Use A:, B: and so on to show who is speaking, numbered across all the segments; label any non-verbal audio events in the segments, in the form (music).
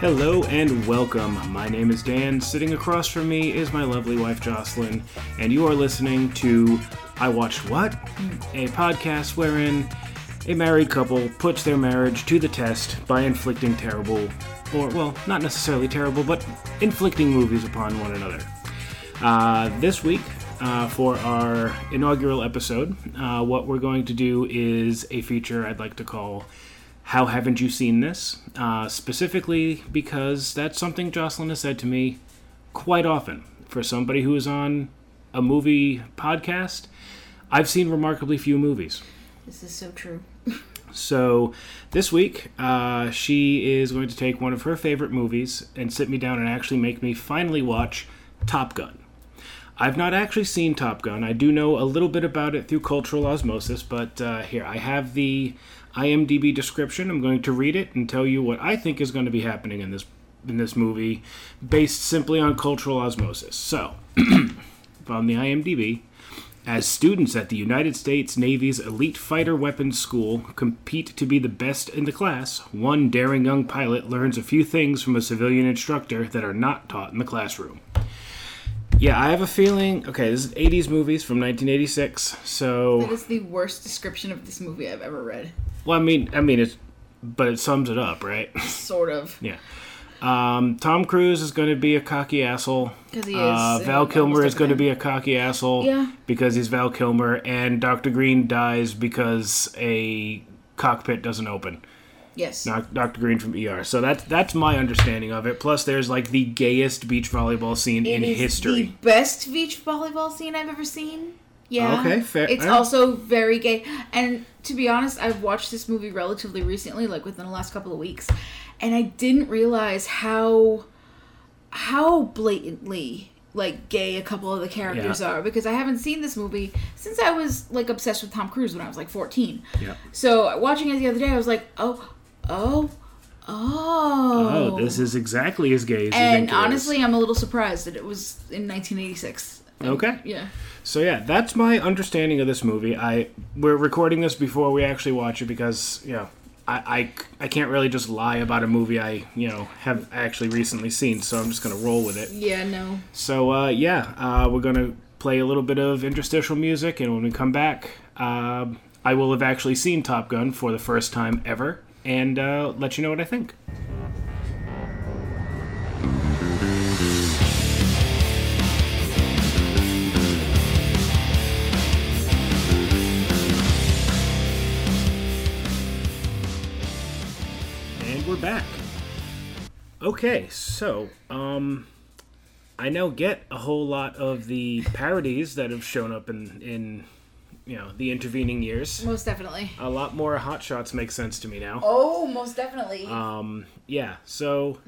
A: Hello and welcome. My name is Dan. Sitting across from me is my lovely wife Jocelyn, and you are listening to I Watched What? A podcast wherein a married couple puts their marriage to the test by inflicting terrible, or, well, not necessarily terrible, but inflicting movies upon one another. Uh, this week, uh, for our inaugural episode, uh, what we're going to do is a feature I'd like to call How Haven't You Seen This? Uh, specifically because that's something Jocelyn has said to me quite often. For somebody who is on a movie podcast, I've seen remarkably few movies.
B: This is so true.
A: So this week, uh, she is going to take one of her favorite movies and sit me down and actually make me finally watch Top Gun. I've not actually seen Top Gun. I do know a little bit about it through cultural osmosis, but uh, here, I have the IMDb description. I'm going to read it and tell you what I think is going to be happening in this in this movie based simply on cultural osmosis. So, on the IMDb, as students at the United States Navy's Elite Fighter Weapons School compete to be the best in the class, one daring young pilot learns a few things from a civilian instructor that are not taught in the classroom. Yeah, I have a feeling. Okay, this is 80s movies from 1986.
B: That
A: So,
B: is the worst description of this movie I've ever read.
A: well, I mean, I mean, it's but it sums it up, right?
B: Sort of.
A: yeah. Um, Tom Cruise is going to be a cocky asshole.
B: 'Cause he
A: Uh,
B: is,
A: Val
B: and
A: Kilmer
B: almost
A: is going to
B: everything.
A: be a cocky asshole
B: Yeah.
A: because he's Val Kilmer, and Dr. Green dies because a cockpit doesn't open.
B: Yes.
A: Doc- Dr. Green from ER. So that's that's my understanding of it. Plus, there's like the gayest beach volleyball scene in
B: It is The
A: history.
B: best beach volleyball scene I've ever seen. Yeah.
A: Oh, Okay, fair-
B: It's
A: all right.
B: also very gay. And to be honest, I've watched this movie relatively recently, like within the last couple of weeks, and I didn't realize how how blatantly like gay a couple of the characters
A: Yeah.
B: are because I haven't seen this movie since I was like obsessed with Tom Cruise when I was like 14.
A: Yeah.
B: So, watching it the other day, I was like, "Oh, oh, oh."
A: Oh, this is exactly as gay as you think
B: And
A: it is.
B: honestly, I'm a little surprised that it was in 1986.
A: Okay.
B: Yeah.
A: So yeah, that's my understanding of this movie. I we're recording this before we actually watch it because you know I, I, I can't really just lie about a movie I you know have actually recently seen. So I'm just gonna roll with it.
B: Yeah, no.
A: So uh, yeah, uh, we're gonna play a little bit of interstitial music, and when we come back, uh, I will have actually seen Top Gun for the first time ever, and uh, let you know what I think. And we're back. Okay, so um, I now get a whole lot of the parodies that have shown up in in you know the intervening years.
B: Most definitely.
A: A lot more hot shots make sense to me now.
B: Oh, most definitely.
A: Um, yeah, so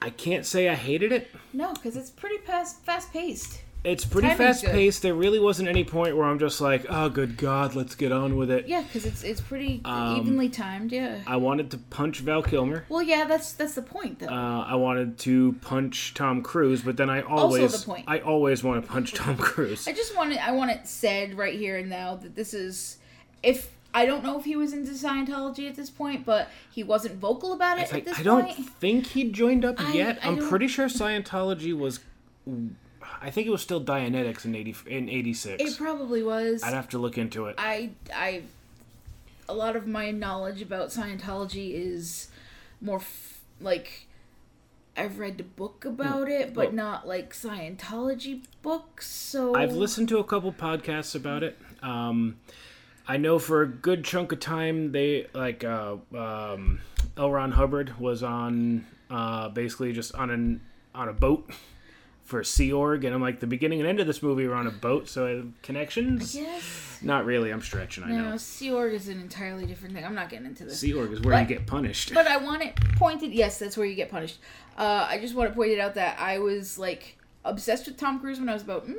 A: I can't say I hated it.
B: no, because it's pretty fast, fast paced.
A: It's pretty
B: Timing's
A: fast
B: good.
A: paced. There really wasn't any point where I'm just like, oh, good God, let's get on with it.
B: Yeah, because it's it's pretty
A: Um,
B: evenly timed. Yeah.
A: I wanted to punch Val Kilmer.
B: well, yeah, that's that's the point though.
A: Uh, I wanted to punch Tom Cruise, but then I always,
B: point.
A: I always want to punch
B: (laughs)
A: Tom Cruise.
B: I just want it. I want it said right here and now that this is if. I don't know if he was into Scientology at this point, but he wasn't vocal about it
A: It's like,
B: at this
A: I don't
B: point.
A: think he joined up
B: I-
A: yet.
B: I
A: I'm
B: don't-
A: pretty sure Scientology was. I think it was still Dianetics in eighty in eighty
B: It
A: six.
B: probably was.
A: I'd have to look into it.
B: I I a lot of my knowledge about Scientology is more f- like I've read the book about it, but
A: well-
B: not like Scientology books. So
A: I've listened to a couple podcasts about it. Um, I know for a good chunk of time they like uh, um, L. Ron Hubbard was on uh, basically just on an on a boat for Sea Org, and I'm like the beginning and end of this movie were on a boat, so uh, connections.
B: Yes.
A: Not really. I'm stretching. I
B: No,
A: know.
B: Sea Org is an entirely different thing. I'm not getting into this.
A: Sea Org is where you get punished.
B: But I want it pointed. Yes, that's where you get punished. Uh, I just want to point it out that I was like obsessed with Tom Cruise when I was about mm,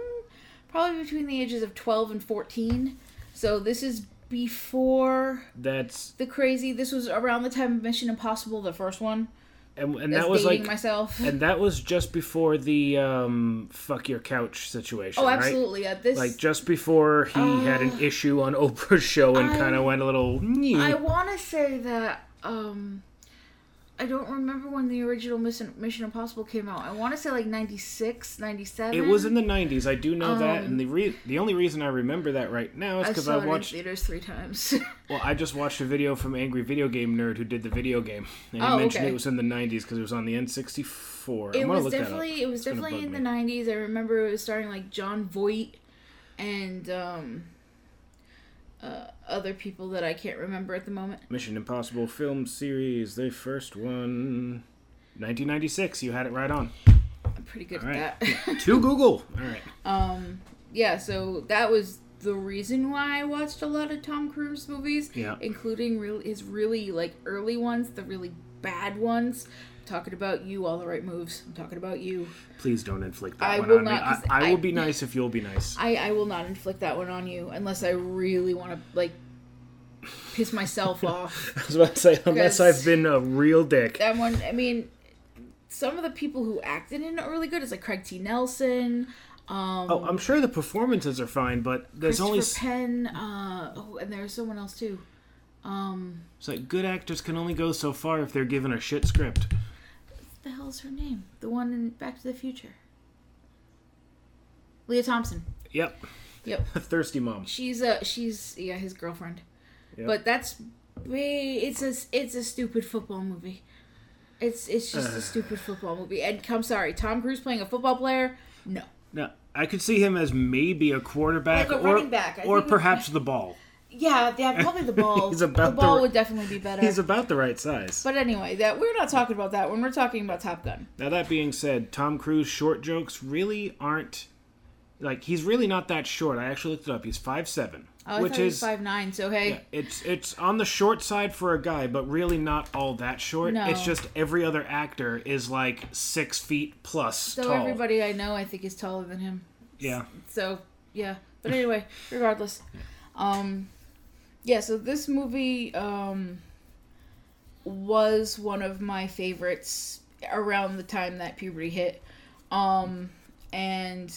B: probably between the ages of 12 and 14. So this is before
A: That's
B: the crazy. This was around the time of Mission Impossible, the first one.
A: and, and
B: That's
A: that was
B: dating
A: like
B: myself.
A: and that was just before the um fuck your couch situation
B: (laughs) oh,
A: right
B: absolutely. Yeah, this.
A: like just before he had an issue on (laughs) oprah's show and
B: Oh. I-
A: kind of went a little "Nyeh."
B: I want to say that. um I don't remember when the original Mission Mission Impossible came out. I want to say like 96, 97.
A: It was in the 90s. I do know that, and the re- the only reason I remember that right now is
B: Um, I
A: because
B: saw
A: I
B: it
A: watched.
B: in theaters three times. (laughs)
A: Well, I just watched a video from Angry Video Game Nerd who did the video game, and he
B: Oh,
A: mentioned
B: okay.
A: it was in the 90s because it was on the N64.
B: it
A: I'm gonna
B: was
A: look that
B: definitely
A: up.
B: it was
A: It's gonna
B: definitely in
A: bug
B: the
A: me.
B: 90s. I remember it was starring like John Voight and um, uh, other people that I can't remember at the moment.
A: Mission Impossible film series, the first one, 1996. You had it right on.
B: I'm pretty good
A: All right.
B: at that. (laughs)
A: to Google. All right.
B: Um, yeah, so that was the reason why I watched a lot of Tom Cruise movies,
A: Yeah.
B: including real his really like early ones, the really bad ones. I'm talking about you, all the right moves. I'm talking about you.
A: Please don't inflict that
B: I
A: one
B: will
A: on
B: not, 'cause
A: me. I, I
B: I-
A: will be nice if you'll be nice.
B: I I will not inflict that one on you unless I really want to like piss
A: (laughs)
B: myself off.
A: I was about to say, unless
B: Because-
A: I've been a real dick.
B: That one, I mean, some of the people who acted in it are really good. It's like Craig T. Nelson. Um,
A: oh, I'm sure the performances are fine, but there's
B: Christopher
A: only s-
B: Penn, uh, oh, and there's someone else too. Um,
A: it's like good actors can only go so far if they're given a shit script.
B: the hell's her name? The one in Back to the Future. Leah Thompson.
A: Yep,
B: Yep.
A: (laughs) thirsty mom.
B: She's uh she's yeah, his girlfriend.
A: Yep.
B: But that's way it's a it's a stupid football movie. It's it's just
A: (sighs)
B: a stupid football movie. And I'm sorry, Tom Cruise playing a football player? No.
A: Now, I could see him as maybe a quarterback
B: Like a
A: or
B: running back. I
A: or
B: think-
A: perhaps the ball.
B: Yeah, yeah, probably the
A: (laughs)
B: ball.
A: He's about
B: the ball
A: the-
B: would definitely be better.
A: He's about the right size.
B: but anyway, that we're not talking about that when we're talking about Top Gun.
A: Now that being said, Tom Cruise short jokes really aren't like he's really not that short. I actually looked it up. He's five seven,
B: Oh, I
A: which
B: thought he was
A: is
B: five nine. So hey,
A: It's it's on the short side for a guy, but really not all that short.
B: No.
A: It's just every other actor is like six feet plus
B: so
A: tall.
B: everybody I know I think is taller than him.
A: yeah,
B: So yeah, but anyway, regardless, um, yeah. So this movie um was one of my favorites around the time that puberty hit, um, and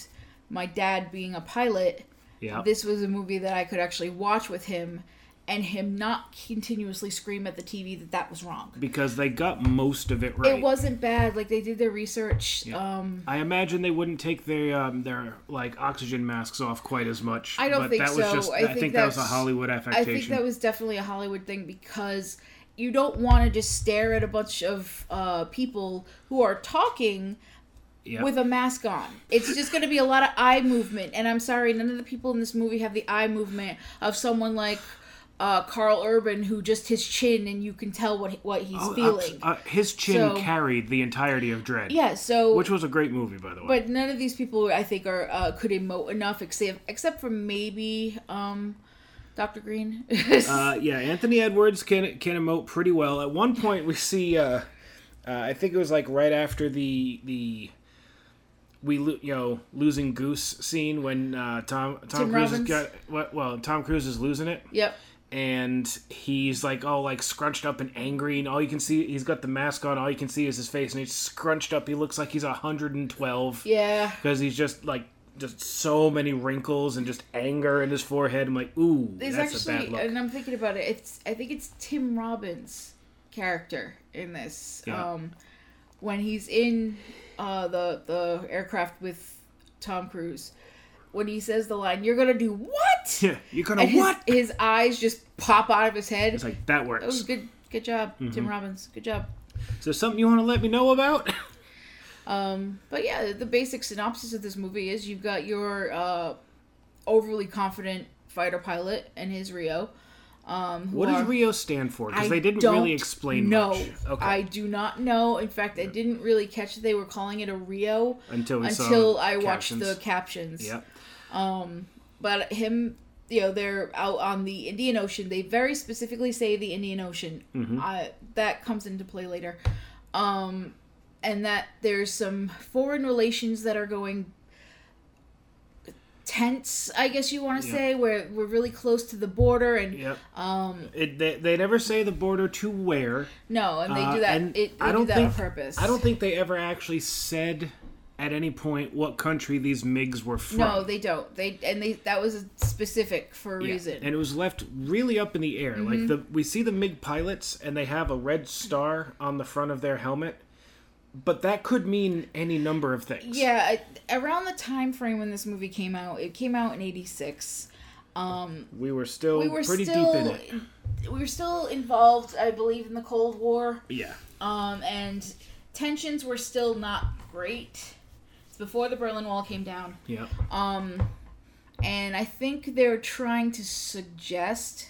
B: my dad being a pilot,
A: yeah.
B: this was a movie that I could actually watch with him, and him not continuously scream at the TV that that was wrong.
A: because they got most of it right.
B: It wasn't bad. Like they did their research. Um,
A: I imagine they wouldn't take their um, their like oxygen masks off quite as much.
B: I don't
A: but
B: think
A: that was
B: so.
A: Just,
B: I
A: I,
B: think
A: think, that was a
B: that's-
A: Hollywood
B: I
A: affectation.
B: think that was definitely a Hollywood thing because you don't want to just stare at a bunch of uh, people who are talking
A: yeah.
B: with a mask on. It's just going to be a lot of eye movement. And I'm sorry, none of the people in this movie have the eye movement of someone like uh, Carl Urban, who just his chin and you can tell what what he's
A: Oh, uh,
B: feeling.
A: uh, his chin
B: So-
A: carried the entirety of Dread.
B: yeah, so
A: Which was a great movie, by the way.
B: but none of these people I think are uh, could emote enough except except for maybe um, Dr. Green. (laughs)
A: Uh, yeah, Anthony Edwards can can emote pretty well. At one point, we see. Uh, uh, I think it was like right after the the we lo- you know losing goose scene when uh, Tom Tom
B: Tim
A: Cruise
B: Robbins.
A: has got what well Tom Cruise is losing it
B: yep.
A: and he's like all like scrunched up and angry and all you can see he's got the mask on all you can see is his face and he's scrunched up he looks like he's 112
B: Yeah.
A: because he's just like just so many wrinkles and just anger in his forehead I'm like ooh
B: There's
A: that's a bad
B: actually,
A: look
B: and I'm thinking about it. It's I think it's Tim Robbins' character in this.
A: Yeah.
B: Um, when he's in uh, the the aircraft with Tom Cruise, when he says the line, "You're gonna do what?"
A: Yeah, you're gonna
B: And his,
A: what?
B: His eyes just pop out of his head.
A: It's like Mm-hmm. that
B: that was
A: works.
B: good. Good job, Tim Robbins. Good job.
A: Is there something you want to let me know about?
B: Um, but yeah, the basic synopsis of this movie is you've got your uh, overly confident fighter pilot and his Rio. Um, who
A: What
B: are-
A: does Rio stand for? Because they didn't
B: don't
A: really explain
B: know.
A: much. Okay.
B: I do not know. In fact, I didn't really catch that they were calling it a Rio
A: until we
B: until
A: saw
B: I watched
A: captions.
B: the captions.
A: Yep.
B: But him, you know, they're out on the Indian Ocean. They very specifically say the Indian Ocean.
A: Mm-hmm.
B: Uh, that comes into play later. Um, and that there's some foreign relations that are going tense, I guess you want to
A: Yeah.
B: say, where we're really close to the border and
A: Yep.
B: um,
A: It, they, they never say the border to where.
B: No, and they
A: Uh,
B: do that.
A: and
B: it, they
A: I don't
B: do that
A: think,
B: on purpose.
A: I don't think they ever actually said at any point what country these MiGs were from.
B: No, they don't. They and they that was specific for a
A: Yeah,
B: reason.
A: And it was left really up in the air.
B: Mm-hmm.
A: Like the we see the MiG pilots and they have a red star on the front of their helmet. But that could mean any number of things.
B: yeah, I- around the time frame when this movie came out, it came out in '86.
A: We were still
B: We were
A: pretty
B: still
A: deep in it.
B: we were still involved, I believe, in the Cold War.
A: Yeah.
B: Um, and tensions were still not great. It's before the Berlin Wall came down.
A: Yeah.
B: Um, and I think they're trying to suggest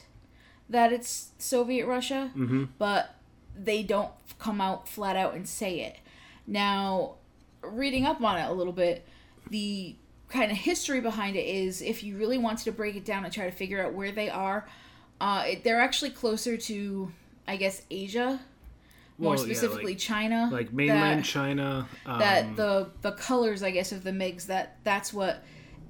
B: that it's Soviet Russia,
A: Mm-hmm.
B: but they don't come out flat out and say it. Now, reading up on it a little bit, the kind of history behind it is if you really wanted to break it down and try to figure out where they are, uh, it, they're actually closer to, I guess, Asia, more
A: Well, yeah, like-
B: specifically China.
A: Like mainland
B: that-
A: China. Um,
B: that the the colors I guess of the MIGs that that's what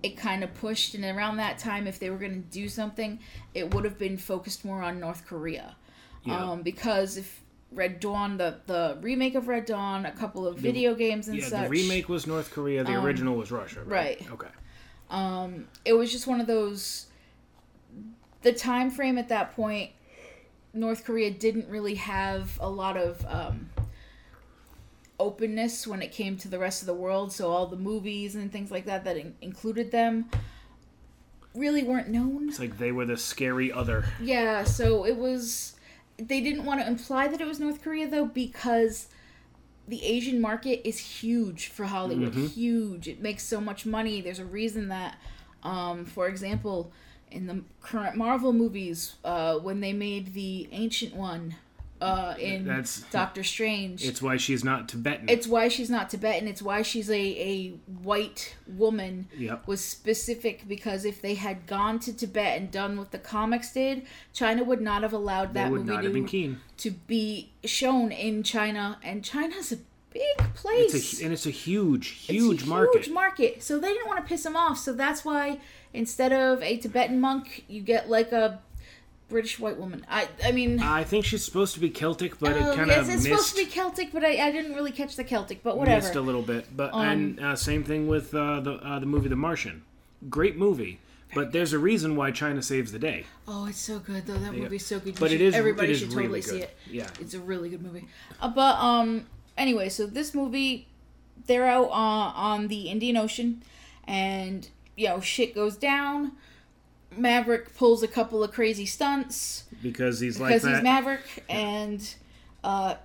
B: it kind of pushed and around that time if they were going to do something it would have been focused more on North Korea
A: Yeah.
B: um because if Red Dawn the the remake of Red Dawn a couple of video games and
A: yeah,
B: such
A: the remake was North Korea, the original was Russia, right?
B: Um, right.
A: Okay.
B: Um, it was just one of those the time frame at that point north korea didn't really have a lot of um, openness when it came to the rest of the world so all the movies and things like that that in- included them really weren't known
A: It's like they were the scary other.
B: yeah, so it was. They didn't want to imply that it was North Korea though, because the Asian market is huge for Hollywood.
A: Mm-hmm.
B: Huge. It makes so much money. There's a reason that, um, for example, in the current Marvel movies, uh, when they made the ancient one, uh, in
A: That's-
B: Doctor Strange,
A: It's why she's not Tibetan.
B: it's why she's not Tibetan. It's why she's a, a white woman.
A: Yep.
B: Was specific because if they had gone to Tibet and done what the comics did, China would not have allowed that
A: they would
B: movie
A: not
B: to,
A: have been keen.
B: to be shown in China. And China's a big place.
A: It's a, and it's a huge,
B: It's
A: huge
B: a
A: market.
B: Huge market. So they didn't want to piss him off. So that's why instead of a Tibetan monk, you get like a British white woman. I I mean.
A: I think she's supposed to be Celtic, but
B: um,
A: it kind of
B: yes, it's supposed
A: missed,
B: to be Celtic, but I, I didn't really catch the Celtic. But whatever. Um,
A: missed a little bit. But and uh, same thing with uh, the uh, the movie The Martian. Great movie, but there's a reason why China saves the day.
B: Oh, it's so good though. That movie's so good. You
A: But it
B: should-
A: is
B: Everybody
A: it is
B: should
A: really
B: totally
A: good.
B: see it.
A: Yeah,
B: It's a really good movie. Uh, but um, anyway, so this movie, they're out uh, on the Indian Ocean, and you know shit goes down. Maverick pulls a couple of crazy stunts
A: because he's like
B: because
A: that.
B: he's Maverick, and uh,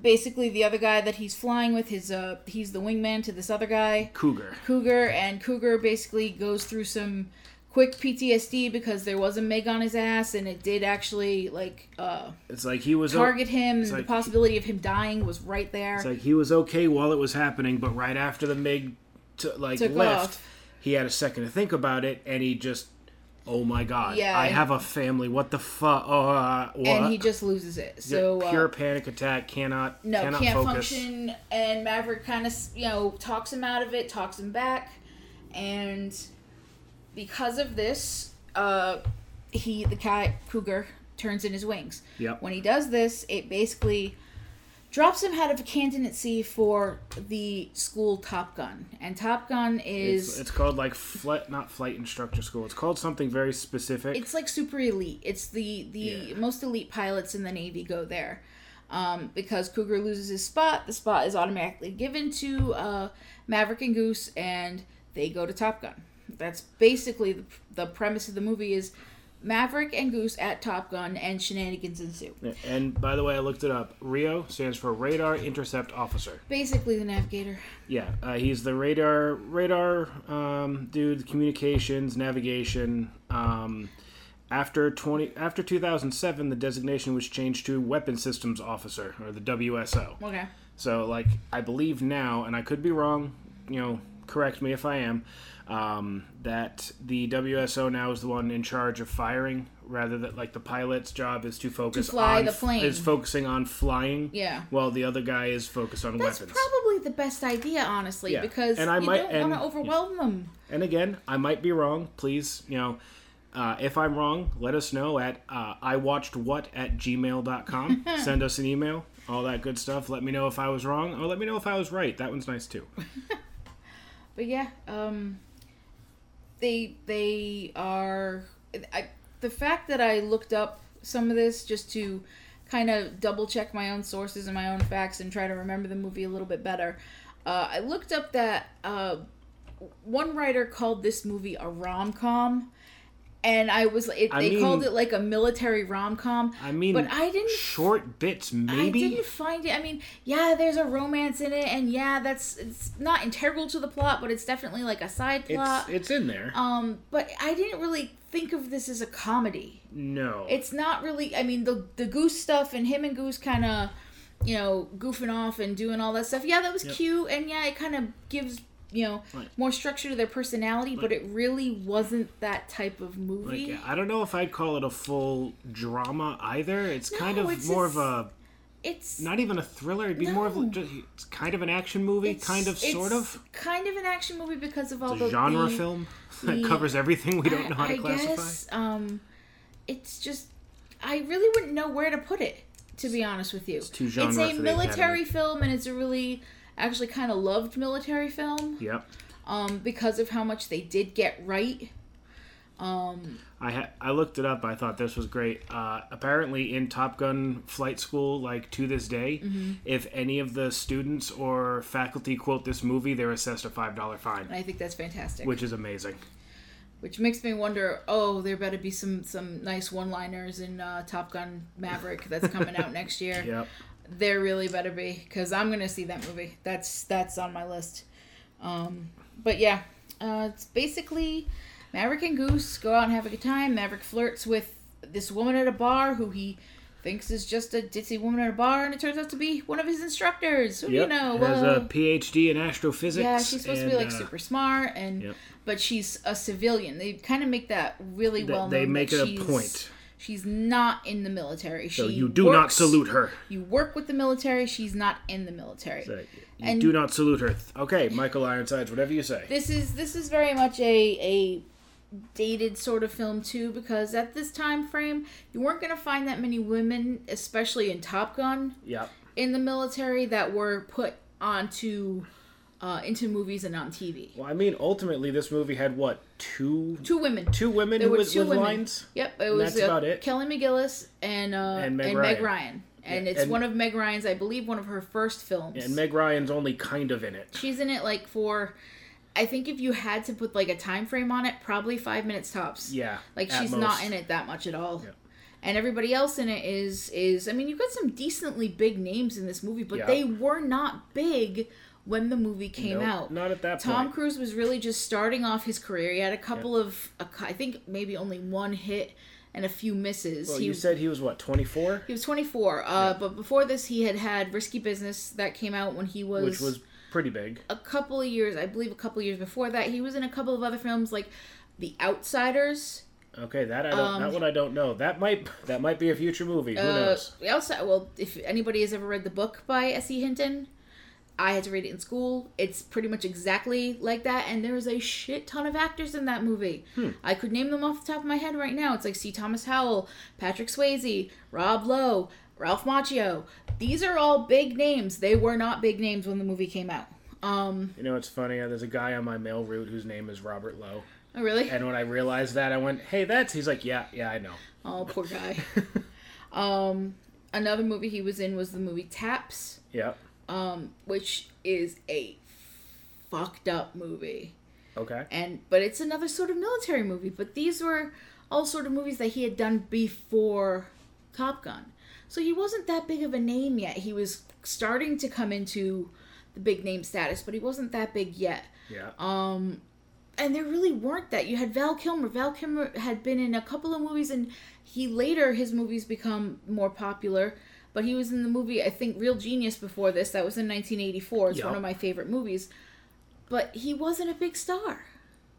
B: basically the other guy that he's flying with, his uh, he's the wingman to this other guy.
A: Cougar.
B: Cougar, and Cougar basically goes through some quick PTSD because there was a Meg on his ass, and it did actually like uh,
A: It's like he was o-
B: target him. And
A: like-
B: the possibility of him dying was right there.
A: It's like he was okay while it was happening, but right after the Mig to, like
B: Took
A: left,
B: off.
A: he had a second to think about it, and he just, oh my god,
B: Yeah,
A: I
B: and-
A: have a family. What the fuck? Uh, what?
B: and he just loses it. So uh,
A: pure panic attack. Cannot.
B: no,
A: cannot
B: can't
A: focus.
B: function. And Maverick kind of you know talks him out of it, talks him back, and because of this, uh, he the cat Cougar turns in his wings.
A: Yep.
B: When he does this, it basically drops him out of candidacy for the school Top Gun, and Top Gun is
A: It's, it's called like flight, not flight instructor school. It's called something very specific.
B: it's like super elite. It's the the
A: Yeah.
B: most elite pilots in the Navy go there. Um, because Cougar loses his spot, the spot is automatically given to uh, Maverick and Goose, and they go to Top Gun. That's basically the, the premise of the movie is Maverick and Goose at Top Gun, and shenanigans ensue.
A: and by the way, I looked it up. Rio stands for Radar Intercept Officer.
B: Basically, the Navigator.
A: Yeah, uh, he's the radar radar um, dude, communications, navigation. Um, after twenty after two thousand seven, the designation was changed to Weapon Systems Officer or the WSO.
B: Okay.
A: So, like, I believe now, and I could be wrong, you know, correct me if I am, um, that the WSO now is the one in charge of firing, rather that like the pilot's job is to focus
B: fly
A: on
B: the plane.
A: is focusing on flying.
B: Yeah.
A: While the other guy is focused on
B: That's
A: weapons.
B: probably the best idea, honestly,
A: Yeah,
B: because
A: and I
B: you
A: might-
B: don't want
A: and-
B: to overwhelm them.
A: and again, I might be wrong. Please, you know. Uh, if I'm wrong, let us know at uh, I watched what at
B: (laughs)
A: gmail.com. Send us an email, all that good stuff. Let me know if I was wrong. Oh, let me know if I was right. That one's nice too.
B: But yeah, um, they they are. I, the fact that I looked up some of this just to kind of double check my own sources and my own facts and try to remember the movie a little bit better. Uh, I looked up that uh, one writer called this movie a rom com, and I was it,
A: I
B: they
A: mean-
B: called it like a military rom com.
A: I mean,
B: but I didn't
A: short bits
B: I
A: maybe.
B: didn't find it. I mean, yeah, there's a romance in it, and yeah, that's it's not integral to the plot, but it's definitely like a side plot.
A: It's it's in there.
B: uh, um, but I didn't really think of this as a comedy.
A: no,
B: It's not really. I mean, the the goose stuff and him and Goose kind of, you know, goofing off and doing all that stuff. Yeah, that was
A: Yep.
B: cute, and yeah, it kind of gives you know
A: Right.
B: more structure to their personality. But
A: Right.
B: it really wasn't that type of movie.
A: like, I don't know if I'd call it a full drama either. It's kind
B: No,
A: of
B: it's
A: more
B: just-
A: of a
B: It's
A: not even a thriller. It'd be more of
B: No.
A: just, it's kind of an action movie,
B: it's-
A: kind of, sort
B: it's
A: of
B: kind of an action movie because of all
A: a
B: the
A: genre
B: the-
A: film (laughs) that
B: the-
A: covers everything we don't know how to
B: I, I
A: classify.
B: guess um, it's just I really wouldn't know where to put it. To be honest with you, it's,
A: too genre
B: a
A: for the
B: military
A: Academy.
B: film, and it's a really actually kind of loved military film
A: Yep.
B: um, because of how much they did get right. Um,
A: I ha- I looked it up. I thought this was great. Uh, apparently, in Top Gun flight school, like to this day,
B: Mm-hmm.
A: if any of the students or faculty quote this movie, they're assessed a five dollar fine,
B: and I think that's fantastic.
A: which is amazing.
B: Which makes me wonder, oh, there better be some some nice one-liners in uh, Top Gun Maverick that's coming out next year.
A: Yep.
B: There really better be, because I'm gonna see that movie. That's that's on my list. Um, but yeah, uh, it's basically Maverick and Goose go out and have a good time. Maverick flirts with this woman at a bar who he thinks is just a ditzy woman at a bar, and it turns out to be one of his instructors. Who do you
A: Yep.
B: know?
A: Has
B: Well,
A: a PhD in astrophysics.
B: yeah, she's supposed to be
A: and,
B: like
A: uh,
B: super smart, and
A: yep.
B: but she's a civilian. They kind of make that really
A: They-
B: well.
A: they
B: known
A: make
B: that
A: it a
B: she's-
A: point.
B: She's not in the military.
A: So
B: she
A: you do not
B: works-
A: salute her.
B: You work with the military. She's not in the military.
A: Right. You
B: And-
A: do not salute her. Okay, Michael Ironsides, whatever you say.
B: This is this is very much a a dated sort of film too, because at this time frame, you weren't going to find that many women, especially in Top Gun,
A: Yep.
B: in the military that were put onto uh, into movies and on TV.
A: Well, I mean, ultimately, this movie had what two
B: Two women.
A: two women
B: There
A: who
B: were
A: was
B: two
A: with
B: women.
A: lines.
B: Yep, it was
A: that's
B: uh,
A: about it.
B: Kelly McGillis and uh,
A: And
B: and
A: Meg
B: Meg
A: Ryan.
B: Ryan. And
A: Yeah,
B: it's
A: and-
B: one of Meg Ryan's, I believe, one of her first films.
A: And Meg Ryan's only kind of in it.
B: She's in it like for, I think if you had to put like a time frame on it, probably five minutes tops.
A: Yeah.
B: Like
A: at
B: she's not
A: most.
B: in it that much at all. And everybody else in it is is I mean you've got some decently big names in this movie, but
A: Yeah.
B: they were not big when the movie came
A: Nope,
B: out.
A: Not at that
B: Tom
A: point.
B: Cruise was really just starting off his career. He had a couple of, a cou- I think maybe only one hit and a few misses.
A: Well,
B: he,
A: you said he was what 24,
B: he was 24, uh, but before this, he had had Risky Business that came out when he was,
A: which was pretty big.
B: a couple of years, I believe a couple of years before that. He was in a couple of other films like The Outsiders.
A: Okay, that I don't.
B: Um,
A: that one I don't know. That might that might be a future movie. Who
B: Uh,
A: knows?
B: the Outside, well, if anybody has ever read the book by S.E. Hinton, I had to read it in school. It's pretty much exactly like that, and there is a shit ton of actors in that movie.
A: Hmm.
B: I could name them off the top of my head right now. It's like C. Thomas Howell, Patrick Swayze, Rob Lowe, Ralph Macchio. These are all big names. They were not big names when the movie came out. Um,
A: You know, it's funny. uh, There's a guy on my mail route whose name is Robert Lowe,
B: oh, really?
A: and when I realized that, I went, "Hey, that's." He's like, "Yeah, yeah, I
B: (laughs)
A: know."
B: Oh, poor guy. um, another movie he was in was the movie Taps.
A: Yeah.
B: um, which is a fucked up movie.
A: Okay.
B: And but it's another sort of military movie. But these were all sort of movies that he had done before Top Gun. So he wasn't that big of a name yet. He was starting to come into the big name status, but he wasn't that big yet.
A: Yeah.
B: Um, and there really weren't that. You had Val Kilmer. Val Kilmer had been in a couple of movies, and he later his movies become more popular. But he was in the movie I think Real Genius before this. That was in 1984. It's one
A: Yep.
B: of my favorite movies. But he wasn't a big star.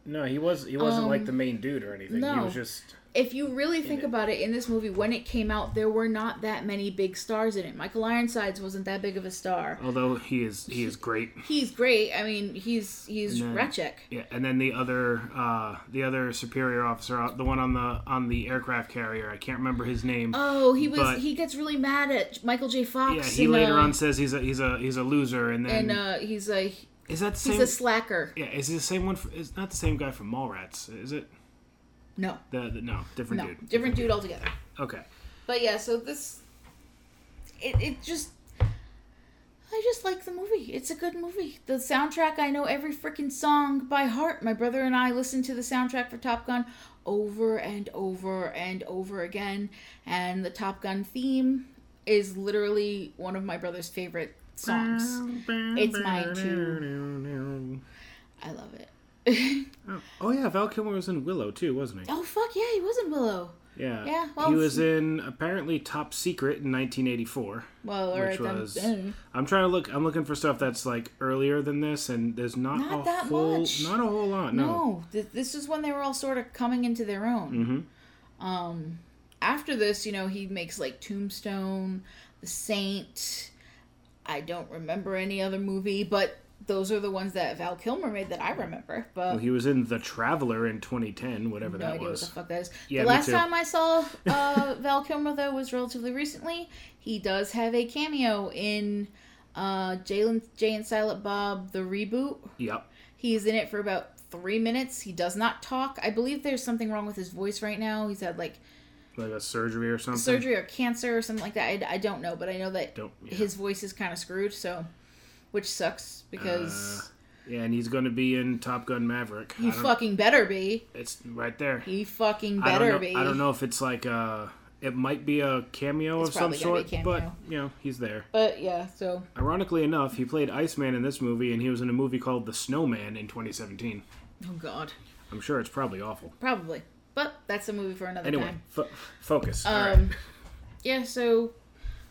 A: No, he was. He wasn't like
B: um,
A: the main dude or anything. He
B: no.
A: was just.
B: If you really think
A: it.
B: about it, in this movie, when it came out, there were not that many big stars in it. Michael Ironsides wasn't that big of a star.
A: Although he is, he is great.
B: He's great. I mean, he's he's
A: And then-
B: Ratchek.
A: Yeah, and then the other, uh, the other superior officer, uh, the one on the on the aircraft carrier. I can't remember his name.
B: Oh, he was.
A: But-
B: he gets really mad at Michael J. Fox.
A: yeah, he
B: in,
A: later
B: uh,
A: on says he's a he's a he's a loser, and then
B: and uh, he's like
A: Is that the
B: He's
A: Mm. same?
B: a slacker.
A: yeah, is it the same one? For, it's not the same guy from Mallrats, is it?
B: No,
A: The, the no, different
B: no,
A: dude.
B: different dude altogether.
A: Okay.
B: But yeah, so this, it, it just, I just like the movie. It's a good movie. The soundtrack, I know every freaking song by heart. My brother and I listened to the soundtrack for Top Gun over and over and over again, and the Top Gun theme is literally one of my brother's favorite songs.
A: It's
B: mine too. I love it. (laughs)
A: Oh yeah, Val Kilmer was in Willow too, wasn't he?
B: oh fuck yeah, he was in Willow.
A: Yeah.
B: Yeah, well,
A: he was in apparently Top Secret in 1984.
B: Well, all
A: Which
B: right then.
A: was-
B: Mm.
A: I'm trying to look. I'm looking for stuff that's like earlier than this, and there's not,
B: Not
A: a
B: that
A: whole,
B: much.
A: not a whole lot. No.
B: No, th- this is when they were all sort of coming into their own. Um,
A: Mm-hmm.
B: after this, you know, he makes like Tombstone, The Saint. I don't remember any other movie, but those are the ones that Val Kilmer made that I remember. But
A: Well, he was in The Traveler in 2010, whatever
B: no
A: that
B: idea what
A: was.
B: the fuck that is.
A: Yeah,
B: the
A: me
B: last
A: too.
B: time I saw
A: (laughs)
B: uh, Val Kilmer though was relatively recently. He does have a cameo in uh, Jalen Jay and Silent Bob the reboot.
A: Yep.
B: He's in it for about three minutes. He does not talk. I believe there's something wrong with his voice right now. He's had like
A: Like a surgery or something.
B: surgery or cancer or something like that. I, I don't know, but I know that
A: Hmm. Don't- yeah.
B: his voice is kind of screwed, so which sucks because
A: Uh, Yeah, and he's going to be in Top Gun Maverick.
B: he
A: I don't,
B: fucking better be.
A: it's right there.
B: He fucking
A: I
B: better
A: don't,
B: be.
A: know, I don't know if it's like a. It might be a cameo
B: It's
A: of some
B: probably gonna
A: sort,
B: be a
A: but
B: cameo.
A: you know he's there.
B: But yeah, so
A: Ironically enough, he played Iceman in this movie, and he was in a movie called The Snowman in 2017.
B: oh god,
A: I'm sure it's probably awful.
B: probably. But that's a movie for another
A: Anyway,
B: time.
A: fo- focus. All right.
B: Um, yeah, so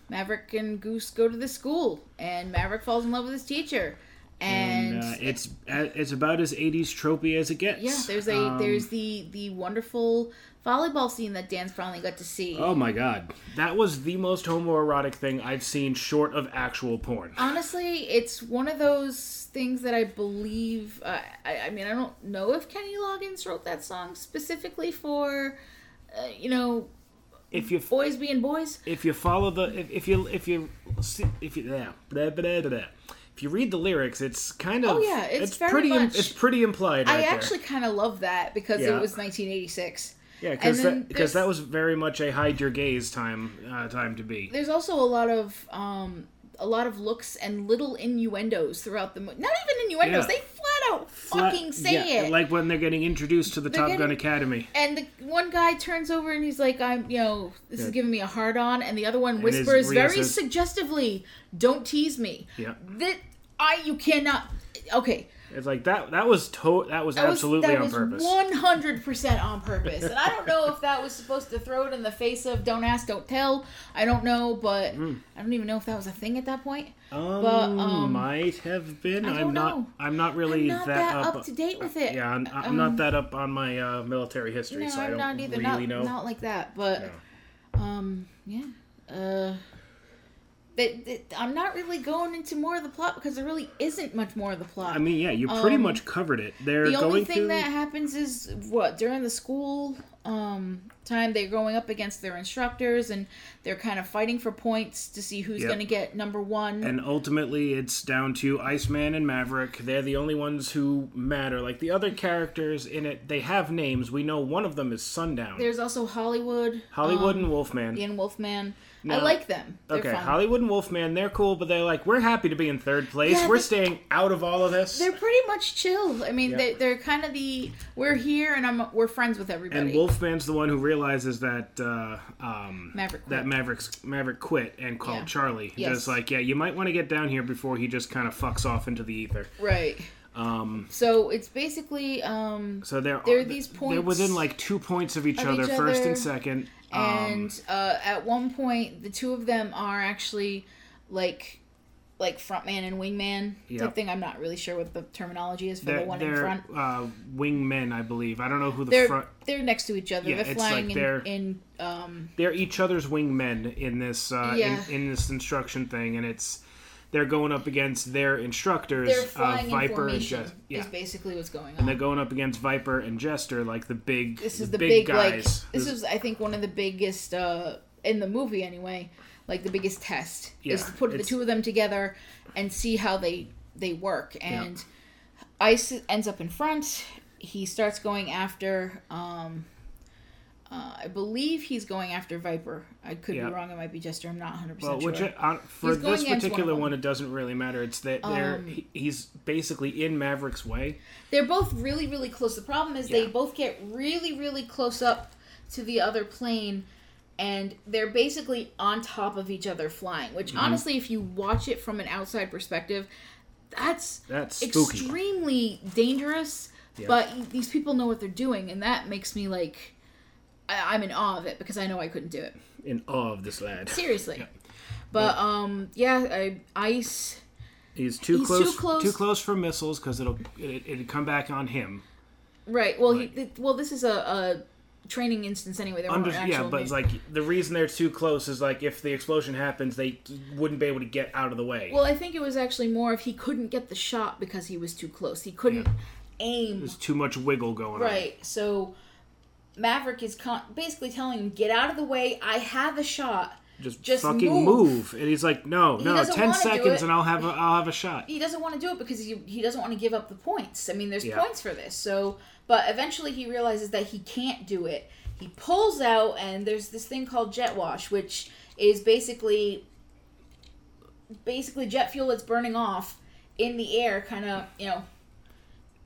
B: Maverick and Goose go to the school, and Maverick falls in love with his teacher, and,
A: and uh, it's it's about as 80s tropey as it gets.
B: Yeah, there's a
A: Um,
B: there's the the wonderful volleyball scene that Dan's finally got to see.
A: Oh my god, that was the most homoerotic thing I've seen, short of actual porn.
B: Honestly, it's one of those things that I believe. Uh, I, I mean, I don't know if Kenny Loggins wrote that song specifically for, uh, you know,
A: If you
B: boys being boys.
A: if you follow the if, if you if you see- if you yeah, blah, blah, blah, blah. if you read the lyrics, it's kind of
B: Oh, yeah, it's very
A: pretty im-
B: much-
A: it's pretty implied. Right
B: I
A: there.
B: actually kind of love that because
A: Yeah.
B: it was 1986.
A: yeah, because
B: and then
A: that because that
B: there's-
A: was very much a hide your gaze time uh, time to be.
B: There's also a lot of um a lot of looks and little innuendos throughout the movie. Not even innuendos.
A: Yeah.
B: They flat out fucking
A: But-
B: say
A: yeah,
B: it.
A: like when they're getting introduced to the Top Gun
B: getting-
A: Academy.
B: And the one guy turns over and he's like, "I'm, you know, this is
A: Yeah.
B: giving me a hard on," and the other one
A: his
B: whispers
A: Rhea
B: very
A: says-
B: suggestively, "Don't tease me."
A: Yeah.
B: That I you cannot. Okay,
A: It's like that. That was to. That was
B: that was-
A: absolutely on
B: that was
A: purpose.
B: One hundred percent on purpose, and I don't know if that was supposed to throw it in the face of "Don't ask, don't tell." I don't know, but
A: Hmm.
B: I don't even know if that was a thing at that point.
A: um,
B: but, um,
A: might have been.
B: I
A: am
B: don't
A: not.
B: know.
A: I'm not really
B: I'm not
A: that, up.
B: to date with it.
A: yeah, I'm, I'm not that up on my uh, military history,
B: No,
A: so I
B: I'm
A: don't
B: not either.
A: really
B: not,
A: know.
B: not like that, but um, yeah. Uh, that, that- I'm not really going into more of the plot because there really isn't much more of the plot.
A: I mean, yeah, you pretty much covered it. They're
B: Um, the
A: going
B: only thing
A: through.
B: that happens is what during the school um time they're going up against their instructors and they're kind of fighting for points to see who's
A: Yep.
B: going to get number one.
A: and ultimately, it's down to Iceman and Maverick. They're the only ones who matter. Like the other characters in it, they have names. We know one of them is Sundown.
B: There's also Hollywood,
A: Hollywood and Wolfman.
B: Ian Wolfman. I
A: Now-
B: like them. um, They're
A: Okay,
B: fun.
A: Hollywood and Wolfman, they're cool, but they're like, we're happy to be in third place.
B: Yeah,
A: we're
B: they-
A: staying out of all of this.
B: They're pretty much chill. I mean,
A: Yeah.
B: they, they're kind of the we're here and I'm we're friends with everybody.
A: And Wolfman's the one who realizes that uh, um,
B: Maverick
A: that
B: quit.
A: Maverick's Maverick quit and called
B: Yeah.
A: Charlie.
B: Yes.
A: Just like, yeah, you might want to get down here before he just kind of fucks off into the ether.
B: right. Um. So it's basically um
A: So they're
B: There are these
A: They're
B: points-
A: within like two points of each
B: Of
A: other,
B: each
A: first
B: other.
A: and second. um,
B: and uh at one point the two of them are actually like like frontman and wingman
A: Yep.
B: type thing. I'm not really sure what the terminology is for
A: they're
B: the one in
A: they're
B: front.
A: uh, wingmen, I believe. I don't know who the
B: They're
A: front.
B: they're next to each other.
A: Yeah,
B: they're
A: it's like
B: flying
A: they're-
B: in in um
A: They're each other's wingmen in this uh,
B: Yeah.
A: in, in this instruction thing, and it's they're going up against their instructors,
B: they're
A: uh,
B: flying in
A: Viper and
B: formation.
A: Jess. Yeah,
B: Is basically what's going on.
A: they're going up against Viper and Jester, like the big,
B: this is the,
A: big,
B: big,
A: guys.
B: like this is I think one of the biggest uh in the movie anyway, like the biggest test
A: Yeah,
B: is to put the
A: it's-
B: two of them together and see how they they work. And Ice ends up in front. He starts going after. Um, uh, I believe he's going after Viper. I could
A: Yeah.
B: be wrong. It might be Jester. I'm not 100
A: Well,
B: percent
A: which
B: sure.
A: uh, for
B: He's going
A: this
B: against one of
A: particular
B: them. Um,
A: one, it doesn't really matter. It's that they're he, he's basically in Maverick's way.
B: They're both really, really close. The problem is they
A: Yeah.
B: both get really, really close up to the other plane, and they're basically on top of each other flying.
A: Mm-hmm.
B: Which, honestly, if you watch it from an outside perspective, that's
A: That's spooky.
B: extremely dangerous.
A: Yeah.
B: But these people know what they're doing, and that makes me like, I- I'm in awe of it because I know I couldn't do it.
A: In awe of this lad,
B: Seriously. But um, yeah, I, ice.
A: he's too
B: He's too
A: close,
B: close.
A: for missiles because it'll it, it'd come back on him.
B: Right. Well, he, th- well, this is a, a training instance anyway. They weren't
A: Under,
B: actual
A: yeah, but
B: ma-
A: it's like the reason they're too close is like if the explosion happens, they wouldn't be able to get out of the way.
B: Well, I think it was actually more of he couldn't get the shot because he was too close. He couldn't aim
A: There's too much wiggle going on.
B: right. So Maverick is con- basically telling him, "Get out of the way. I have a shot."
A: Just,
B: Just
A: fucking move.
B: move.
A: And he's like, no, no,
B: doesn't
A: ten
B: wanna do
A: seconds
B: it.
A: and I'll have a, I'll have a shot.
B: He doesn't want to do it because he, he doesn't want to give up the points. I mean, there's
A: Yeah.
B: points for this. So, but eventually he realizes that he can't do it. He pulls out, and there's this thing called jet wash, which is basically basically jet fuel that's burning off in the air, kind of you know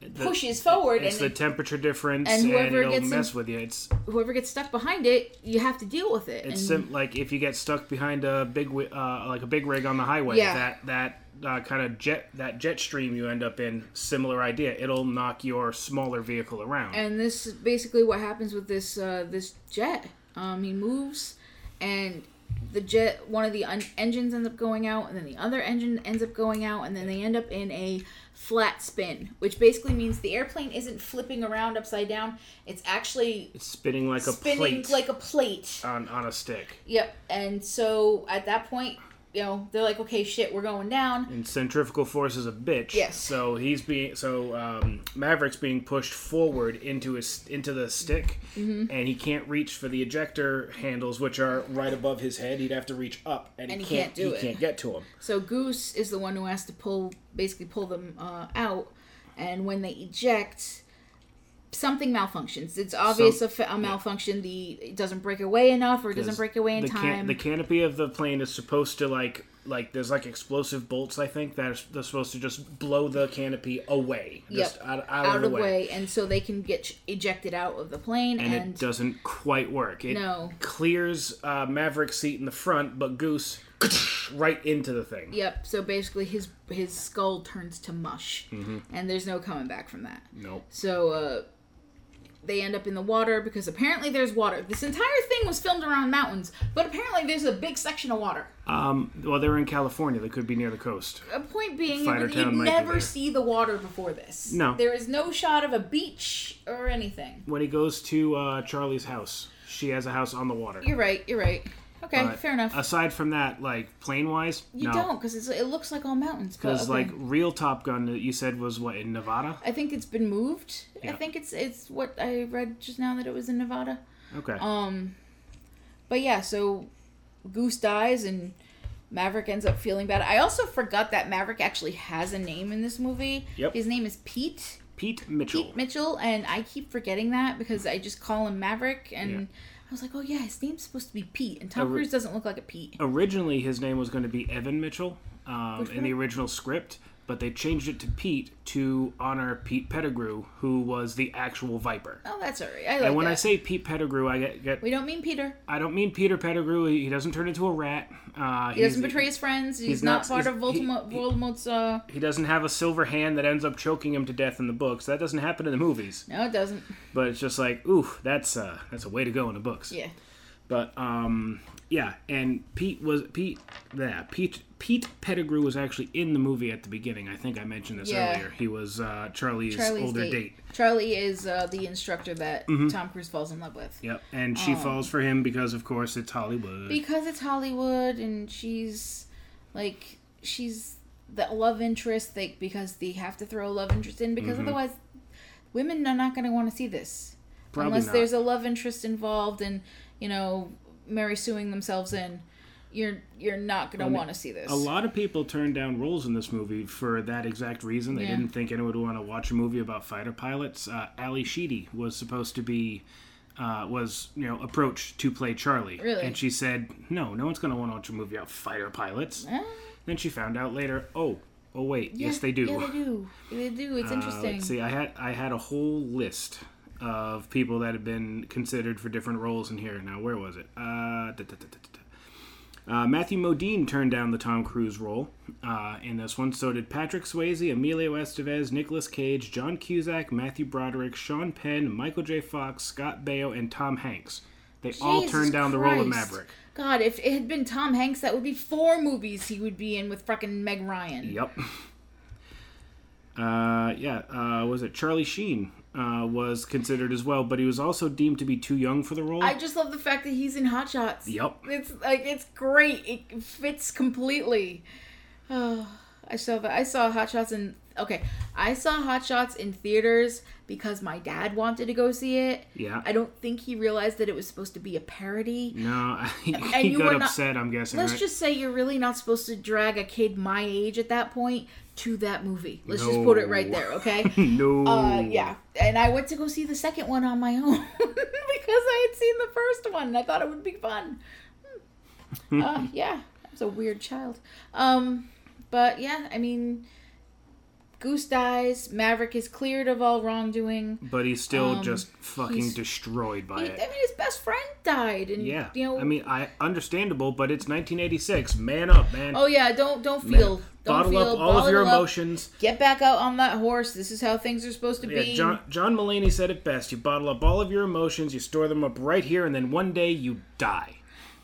A: The-
B: pushes forward
A: It's
B: and
A: the temperature difference,
B: and
A: and,
B: whoever
A: it'll
B: gets in-
A: mess with you. It's
B: whoever gets stuck behind it, you have to deal with it.
A: It's
B: and
A: sim- like if you get stuck behind a big, wi- uh, like a big rig on the highway,
B: Yeah.
A: that that uh, kind of jet, that jet stream you end up in, similar idea. It'll knock your smaller vehicle around.
B: and this is basically what happens with this uh, this jet. Um, he moves, and the jet one of the un- engines ends up going out, and then the other engine ends up going out, and then they end up in a flat spin, which basically means the airplane isn't flipping around upside down. It's actually
A: it's spinning like a
B: spinning
A: plate Uh.
B: like a plate.
A: on on a stick.
B: Yep. And so at that point, you know, they're like, okay, shit, we're going down.
A: And centrifugal force is a bitch.
B: Yes.
A: So he's being so um, Maverick's being pushed forward into his into the stick,
B: Mm-hmm.
A: and he can't reach for the ejector handles, which are right above his head. He'd have to reach up, and,
B: And
A: he,
B: he
A: can't.
B: can't do
A: he
B: it.
A: can't get to him.
B: So Goose is the one who has to pull, basically pull them uh, out, and when they eject, something malfunctions. It's obvious
A: Some-
B: a, fa- a malfunction. The it doesn't break away enough, or it doesn't break away in
A: the
B: time.
A: the canopy of the plane is supposed to like like there's like explosive bolts I think that are, they're supposed to just blow the canopy away, just out, out,
B: out of the way. and so they can get sh- ejected out of the plane.
A: And
B: And,
A: it doesn't quite work. It
B: No.
A: clears uh, Maverick's seat in the front, but Goose (laughs) right into the thing.
B: yep, so basically his his skull turns to mush, and there's no coming back from that.
A: Nope.
B: So uh, they end up in the water because apparently there's water. This entire thing was filmed around mountains, but apparently there's a big section of water.
A: Um, well, they're in California. They could be near the coast.
B: A point being,
A: Fighter
B: you
A: Town
B: would
A: might be there.
B: never see the water before this.
A: No.
B: There is no shot of a beach or anything.
A: When he goes to uh, Charlie's house, she has a house on the water.
B: You're right, you're right. Okay,
A: But
B: fair enough.
A: Aside from that, like plane wise,
B: you
A: no.
B: don't, because it looks like all mountains. but
A: Because
B: okay.
A: like real Top Gun that you said was what in Nevada?
B: I think it's been moved. I
A: Yeah.
B: think it's it's what I read just now that it was in Nevada.
A: Okay.
B: Um, but yeah, so Goose dies and Maverick ends up feeling bad. I also forgot that Maverick actually has a name in this movie.
A: Yep.
B: His name is Pete.
A: Pete Mitchell.
B: Pete Mitchell, and I keep forgetting that because I just call him Maverick, and
A: Yeah.
B: I was like, oh yeah, his name's supposed to be Pete, and Tom
A: re-
B: Cruise doesn't look like a Pete.
A: Originally, his name was going to be Evan Mitchell um, in the
B: one?
A: original script, but they changed it to Pete to honor Pete Pettigrew, who was the actual Viper.
B: Oh, that's alright. I like
A: And when
B: that.
A: I say Pete Pettigrew, I get, get
B: we don't mean Peter.
A: I don't mean Peter Pettigrew. He, he doesn't turn into a rat. Uh,
B: He doesn't betray his friends. He's,
A: not-
B: not, part
A: he's-
B: of
A: he-
B: Voldemort, Voldemort's. Uh,
A: He doesn't have a silver hand that ends up choking him to death in the books. That doesn't happen in the movies.
B: no, it doesn't.
A: But it's just like, ooh, that's uh, that's a way to go in the books.
B: Yeah.
A: But um, yeah, and Pete was Pete. Yeah, Pete Pete Pettigrew was actually in the movie at the beginning. I think I mentioned this
B: Yeah.
A: earlier. He was uh, Charlie's,
B: Charlie's
A: older date. Mm-hmm.
B: date. Charlie is uh, the instructor that Tom Cruise falls in love with.
A: Yep, and
B: Oh.
A: she falls for him because, of course, it's Hollywood.
B: because it's Hollywood and she's like she's the love interest like because they have to throw a love interest in because
A: Mm-hmm.
B: otherwise women are not going to want to see this
A: Probably
B: unless
A: not.
B: there's a love interest involved and you know Mary suing themselves in you're you're not gonna want to see this.
A: A lot of people turned down roles in this movie for that exact reason. They
B: Yeah.
A: didn't think anyone would want to watch a movie about fighter pilots. Uh, Ali Sheedy was supposed to be. Uh, was you know approached to play Charlie,
B: Really?
A: and she said, "No, no one's going to want to watch a movie about fighter pilots."
B: Ah,
A: Then she found out later, "Oh, oh wait, yes
B: yeah,
A: they do."
B: Yeah, they do. Yeah, They do. It's
A: Uh,
B: interesting.
A: let's see, I had I had a whole list of people that had been considered for different roles in here. Now, where was it? Uh, da, da, da, da, da, da. Uh, Matthew Modine turned down the Tom Cruise role uh, in this one. So did Patrick Swayze, Emilio Estevez, Nicolas Cage, John Cusack, Matthew Broderick, Sean Penn, Michael J. Fox, Scott Baio, and Tom Hanks. They all
B: Jesus
A: turned down the role of
B: Christ.
A: Maverick.
B: God, if it had been Tom Hanks, that would be four movies he would be in with fucking Meg Ryan.
A: Yep. Uh, yeah, uh, was it Charlie Sheen uh, was considered as well, but he was also deemed to be too young for the role.
B: I just love the fact that he's in Hot Shots.
A: Yep.
B: It's like it's great. It fits completely. Oh, I saw that. I saw Hot Shots in okay. I saw Hot Shots in theaters because my dad wanted to go see it.
A: Yeah.
B: I don't think he realized that it was supposed to be a parody.
A: No, (laughs) he,
B: And
A: he
B: you
A: got
B: were not-
A: upset. I'm guessing.
B: Let's
A: right?
B: just say you're really not supposed to drag a kid my age at that point to that movie. Let's just
A: No.
B: put it right there,
A: (laughs)
B: okay?
A: (laughs) no.
B: Uh, yeah, and I went to go see the second one on my (laughs) own because I had seen the first one and I thought it would be
A: (laughs)
B: fun. Hmm. uh, yeah, I was a weird child. Um, but yeah, I mean, Goose dies. Maverick is cleared of all wrongdoing.
A: But he's still
B: um,
A: just fucking
B: he's-
A: destroyed by
B: I
A: it.
B: mean, his best friend died, and
A: Yeah.
B: you know,
A: I mean, I understandable, but it's 1986. Man up, man.
B: oh yeah, don't don't
A: Man,
B: feel, don't
A: Bottle
B: feel,
A: up all of
B: bottle
A: your
B: it up.
A: emotions.
B: Get back out on that horse. This is how things are supposed to
A: Yeah,
B: be.
A: John, John Mulaney said it best. You bottle up all of your emotions, you store them up right here, and then one day you die.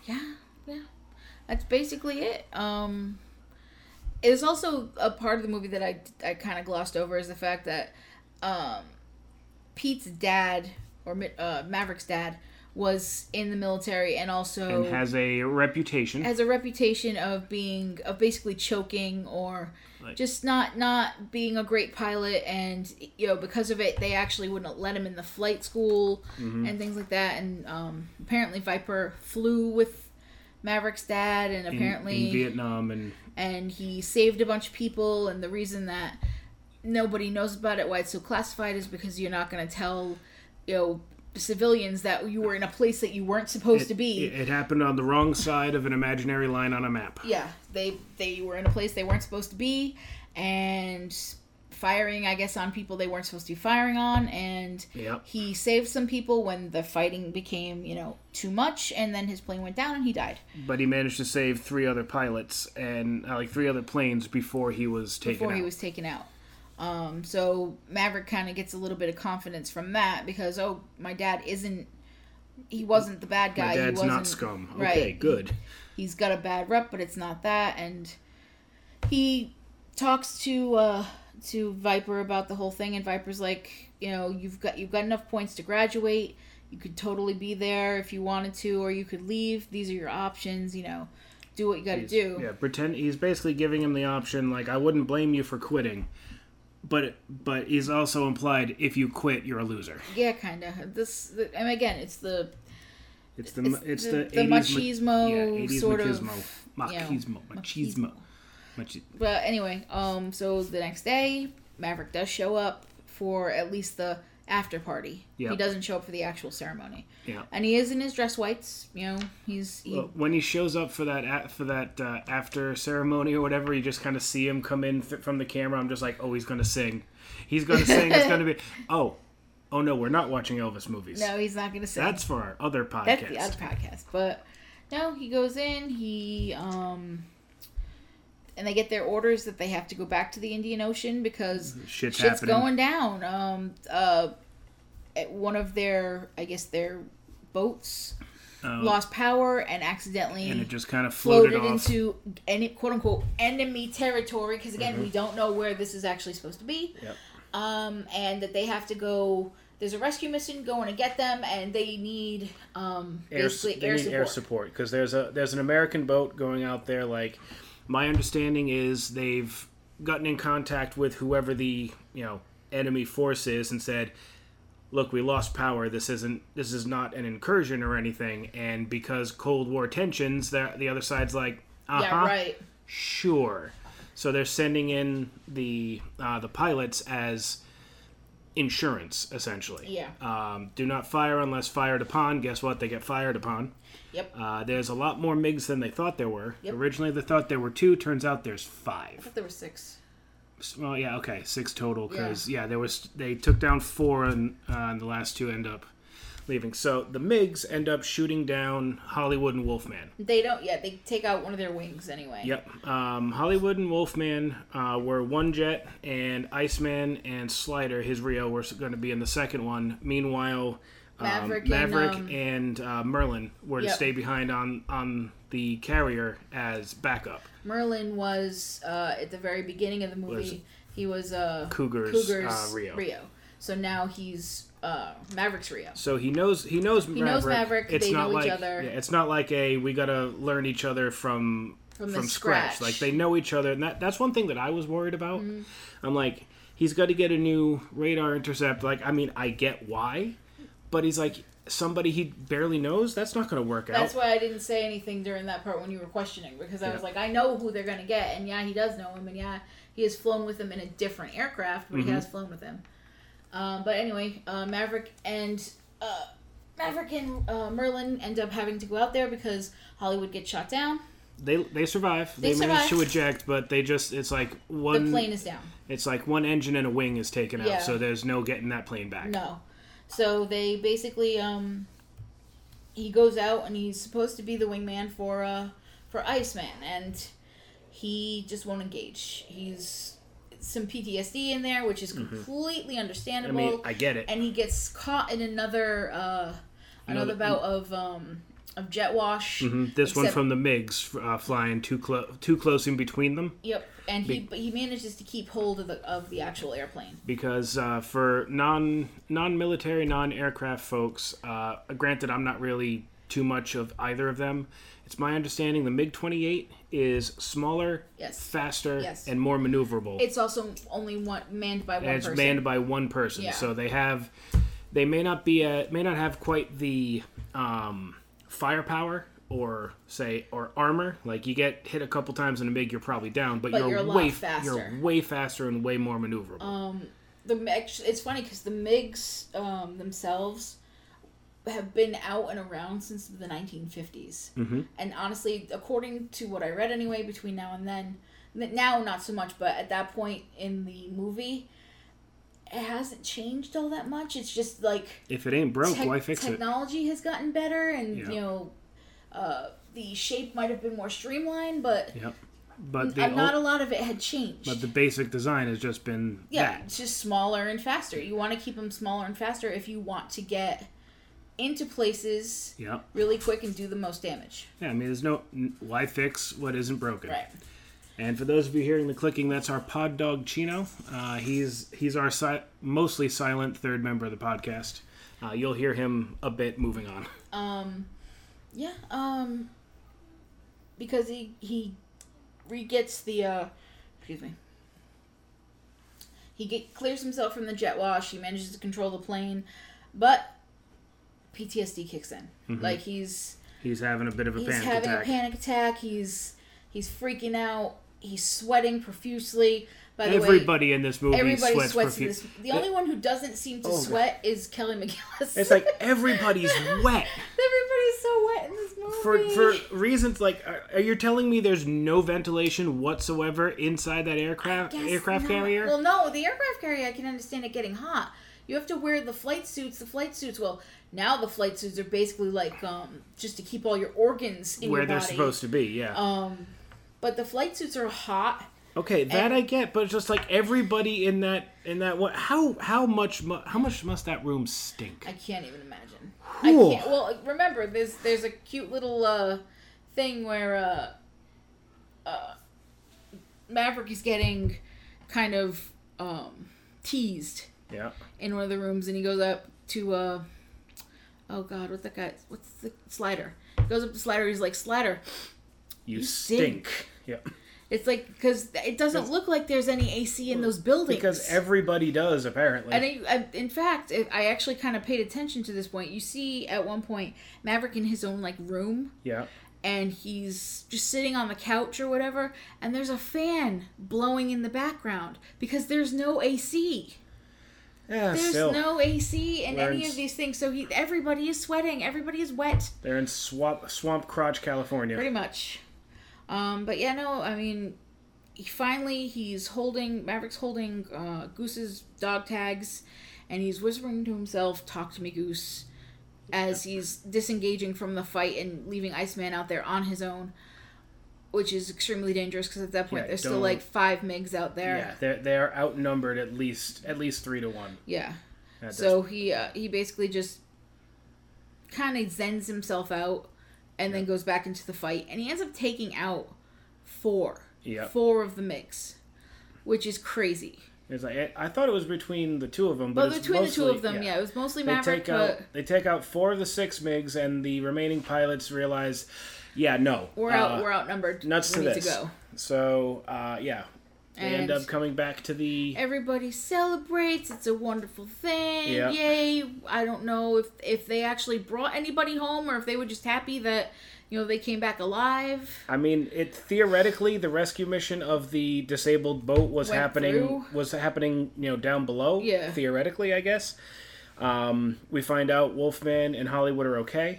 B: yeah yeah that's basically it um it's also a part of the movie that i i kind of glossed over is the fact that um pete's dad or Ma- uh, maverick's dad was in the military and also
A: And has a reputation.
B: has a reputation of being of basically choking or just not not being a great pilot and you know because of it they actually wouldn't let him in the flight school
A: Mm-hmm.
B: and things like that and um, apparently Viper flew with Maverick's dad and
A: in-
B: apparently
A: in Vietnam and
B: and he saved a bunch of people and the reason that nobody knows about it why it's so classified is because you're not going to tell you know civilians that you were in a place that you weren't supposed to be
A: It, it happened on the wrong side of an imaginary line on a map.
B: yeah they they were in a place they weren't supposed to be and firing i guess on people they weren't supposed to be firing on and
A: Yep.
B: he saved some people when the fighting became you know too much and then his plane went down and he died
A: But he managed to save three other pilots and uh, like three other planes before he was taken
B: before
A: out.
B: he was taken out um, so maverick kind of gets a little bit of confidence from that because oh my dad isn't he wasn't the bad guy
A: My
B: he
A: dad's
B: wasn't
A: not scum. Okay,
B: right.
A: good.
B: he's got a bad rep, but it's not that. And he talks to uh, to Viper about the whole thing, and Viper's like, you know, you've got you've got enough points to graduate. You could totally be there if you wanted to, or you could leave. These are your options. You know, do what you got to do.
A: Yeah, pretend he's basically giving him the option. Like I wouldn't blame you for quitting, but but he's also implied if you quit, you're a loser.
B: Yeah, kind of. This, the, and again, it's the
A: It's the it's,
B: It's
A: it's the,
B: the- the
A: 80s
B: machismo
A: yeah, 80s
B: sort of,
A: machismo,
B: you know,
A: machismo, machismo, machi-
B: But anyway, um, so the next day, Maverick does show up for at least the after party.
A: Yeah.
B: He doesn't show up for the actual ceremony.
A: Yeah.
B: And he is in his dress whites. You know, he's he,
A: Well, when he shows up for that a- for that uh, after ceremony or whatever, you just kind of see him come in f- from the camera. I'm just like, oh, he's gonna sing. He's gonna sing. It's gonna
B: (laughs)
A: be oh, oh no, we're not watching Elvis movies.
B: no, he's not going to say
A: That's for our other podcast.
B: that's the other podcast. But no, he goes in. He um. And they get their orders that they have to go back to the Indian Ocean because
A: Shit's,
B: shit's
A: happening.
B: going down. Um, uh, at one of their, I guess their boats
A: Um,
B: lost power and accidentally
A: and it just kind of floated,
B: floated
A: off.
B: into any quote unquote enemy territory because again we don't know where this is actually supposed to be
A: Mm-hmm. Yep.
B: um, and that they have to go there's a rescue mission going to get them and they need um,
A: air,
B: basically
A: they
B: air,
A: need
B: support.
A: air support because there's a there's an American boat going out there. Like my understanding is they've gotten in contact with whoever the you know enemy force is and said look, we lost power. This isn't this is not an incursion or anything. And because Cold War tensions, the, the other side's like, uh-huh,
B: Yeah, right.
A: sure. So they're sending in the uh, the pilots as insurance, essentially.
B: Yeah.
A: Um, do not fire unless fired upon. Guess what? They get fired upon.
B: Yep. I
A: Uh, there's a lot more MiGs than they thought there were.
B: Yep.
A: Originally, they thought there were two. Turns out there's five.
B: thought there were six.
A: S- Well, yeah, okay, six total. Because yeah. there was they took down four, and, uh, and the last two end up leaving. So the MiGs end up shooting down Hollywood and Wolfman.
B: They don't. Yeah, they take out one of their wings anyway.
A: Yep. Um, Hollywood and Wolfman uh, were one jet, and Iceman and Slider, his Rio, were going to be in the second one. Meanwhile, um,
B: Maverick and,
A: Maverick
B: um,
A: and uh, Merlin were to
B: Yep.
A: stay behind on on the carrier as backup.
B: Merlin was uh, at the very beginning of the movie.
A: Was-
B: he was uh,
A: Cougar's,
B: Cougar's
A: uh, Rio.
B: So now he's uh, Maverick's Rio.
A: So he knows he knows Maverick.
B: knows Maverick,
A: It's
B: they
A: not
B: know each
A: like
B: other.
A: Yeah, it's not like a we got to learn each other from
B: From
A: from,
B: the
A: scratch.
B: scratch. Mm-hmm.
A: Like they know each other, and that that's one thing that I was worried about. I'm like, he's got to get a new radar intercept. Like, I mean, I get why, but he's like somebody he barely knows. That's not going to work
B: That's
A: out.
B: why I didn't say anything during that part when you were questioning because I was
A: Yeah.
B: like, I know who they're gonna get, and yeah, he does know him, and yeah, he has flown with him in a different aircraft, but he has flown with him. Um, but anyway, uh, Maverick and uh, Maverick and uh, Merlin end up having to go out there because Hollywood gets shot down.
A: they they survive. They,
B: They
A: manage to
B: survive.
A: eject, but they just it's like
B: The
A: one
B: plane is down.
A: it's like one engine and a wing is taken
B: Yeah.
A: out, so there's no getting that plane back.
B: No. So they basically um he goes out and he's supposed to be the wingman for uh for Iceman and he just won't engage. He's some PTSD in there, which is completely
A: Mm-hmm. I
B: understandable.
A: mean, I get it.
B: and he gets caught in another uh
A: Another-
B: another bout of um of jet wash.
A: Mhm. This one
B: except-
A: from the MiGs uh, flying too close, too close in between them,
B: Yep, and he
A: Be-
B: but he manages to keep hold of the of the actual airplane.
A: because uh, for non non military non aircraft folks, uh, granted I'm not really too much of either of them. It's my understanding the MiG 28 is smaller,
B: Yes.
A: faster,
B: Yes.
A: and more maneuverable.
B: It's also only one manned by one
A: and it's
B: person.
A: manned by one person,
B: Yeah.
A: so they have they may not be a, may not have quite the um, firepower. Or say, or armor. Like you get hit a couple times in a MiG, you're probably down, but,
B: But
A: you're,
B: you're a lot
A: way
B: faster. Um,
A: You're way faster and way more maneuverable.
B: the Meg- it's funny because the MIGs um, themselves have been out and around since the 1950s. Mm-hmm. And honestly, according to what I read anyway, between now and then, n- now not so much, but at that point in the movie, it hasn't changed all that much. It's just like
A: if it ain't broke,
B: tech-
A: Oh, why fix it?
B: technology has gotten better, and
A: Yeah.
B: you know, uh, the shape might have been more streamlined, but
A: Yep. But the
B: uh, not
A: ul-
B: a lot of it had changed.
A: but the basic design has just been
B: Yeah,
A: that.
B: it's just smaller and faster. You want to keep them smaller and faster if you want to get into places
A: Yep.
B: really quick and do the most damage.
A: Yeah, I mean, there's no n- why fix what isn't broken.
B: Right.
A: And for those of you hearing the clicking, that's our pod dog Chino. Uh, he's he's our si- mostly silent third member of the podcast. Uh, you'll hear him a bit moving on.
B: Yeah. Um. Because he he re gets the uh, excuse me. He get clears himself from the jet wash. He manages to control the plane, but PTSD kicks in. Like he's
A: He's having a bit of a
B: he's
A: panic
B: having
A: attack.
B: a panic attack. He's he's freaking out. He's sweating profusely. By the way,
A: Everybody in this movie
B: Everybody
A: sweats,
B: sweats, in
A: profu-
B: this. The only one who doesn't seem to
A: Oh, God.
B: sweat is Kelly McGillis.
A: It's
B: (laughs)
A: like everybody's wet.
B: everybody's so wet in this movie.
A: For, for reasons like, are, are you telling me there's no ventilation whatsoever inside that aircraft
B: Guess
A: aircraft
B: not.
A: carrier?
B: Well, no, the aircraft carrier. I can understand it getting hot. You have to wear the flight suits. The flight suits. Well, now the flight suits are basically like um just to keep all your organs in
A: where
B: your
A: they're
B: body.
A: supposed to be. Yeah.
B: Um, but the flight suits are hot.
A: okay, that
B: and-
A: I get, but it's just like everybody in that in that what how how much mu- how much must that room stink?
B: I can't even imagine.
A: Whew.
B: I can't. Well, remember there's there's a cute little uh, thing where uh, uh, Maverick is getting kind of um, teased
A: yeah.
B: in one of the rooms, and he goes up to uh, oh god, what's that guy? What's the slider? He goes up to slider. He's like slider.
A: You
B: stink.
A: Yeah.
B: It's like because it doesn't look like there's any AC in those buildings.
A: Because everybody does apparently.
B: And I, I, in fact, if I actually kind of paid attention to this point. You see, at one point, Maverick in his own like room,
A: yeah.
B: and he's just sitting on the couch or whatever, and there's a fan blowing in the background because there's no AC.
A: Yeah,
B: There's
A: still.
B: no AC in
A: We're in
B: any
A: s-
B: of these things, so he everybody is sweating, everybody is wet,
A: They're in swamp swamp crotch, California.
B: pretty much. Um, but yeah, no, I mean, he finally he's holding Maverick's holding uh, Goose's dog tags, and he's whispering to himself, "Talk to me, Goose," as he's disengaging from the fight and leaving Iceman out there on his own, which is extremely dangerous because at that point
A: Yeah,
B: there's still
A: don't-
B: like five Migs out there.
A: yeah, they're they're outnumbered at least at least three to one.
B: yeah.
A: at this
B: So he uh, he basically just kind of zens himself out, and then goes back into the fight, and he ends up taking out four,
A: Yep.
B: four of the mix, which is crazy.
A: It's like eh, I I thought it was between the two of them, but,
B: But
A: it's
B: between
A: mostly,
B: the two of them, yeah, it was mostly
A: They
B: Maverick,
A: take
B: but
A: out they take out four of the six MIGs, and the remaining pilots realize, yeah, no, Uh,
B: we're out, we're outnumbered.
A: Nuts
B: we
A: to
B: need
A: this.
B: to go.
A: So uh, yeah, they end
B: And-
A: up coming back to the
B: Everybody celebrates. It's a wonderful thing.
A: Yep.
B: Yay! I don't know if if they actually brought anybody home or if they were just happy that you know they came back alive.
A: I mean, it theoretically the rescue mission of the disabled boat was
B: Went
A: happening
B: through.
A: was happening, you know, down below.
B: Yeah.
A: Theoretically, I guess. Um, we find out Wolfman and Hollywood are okay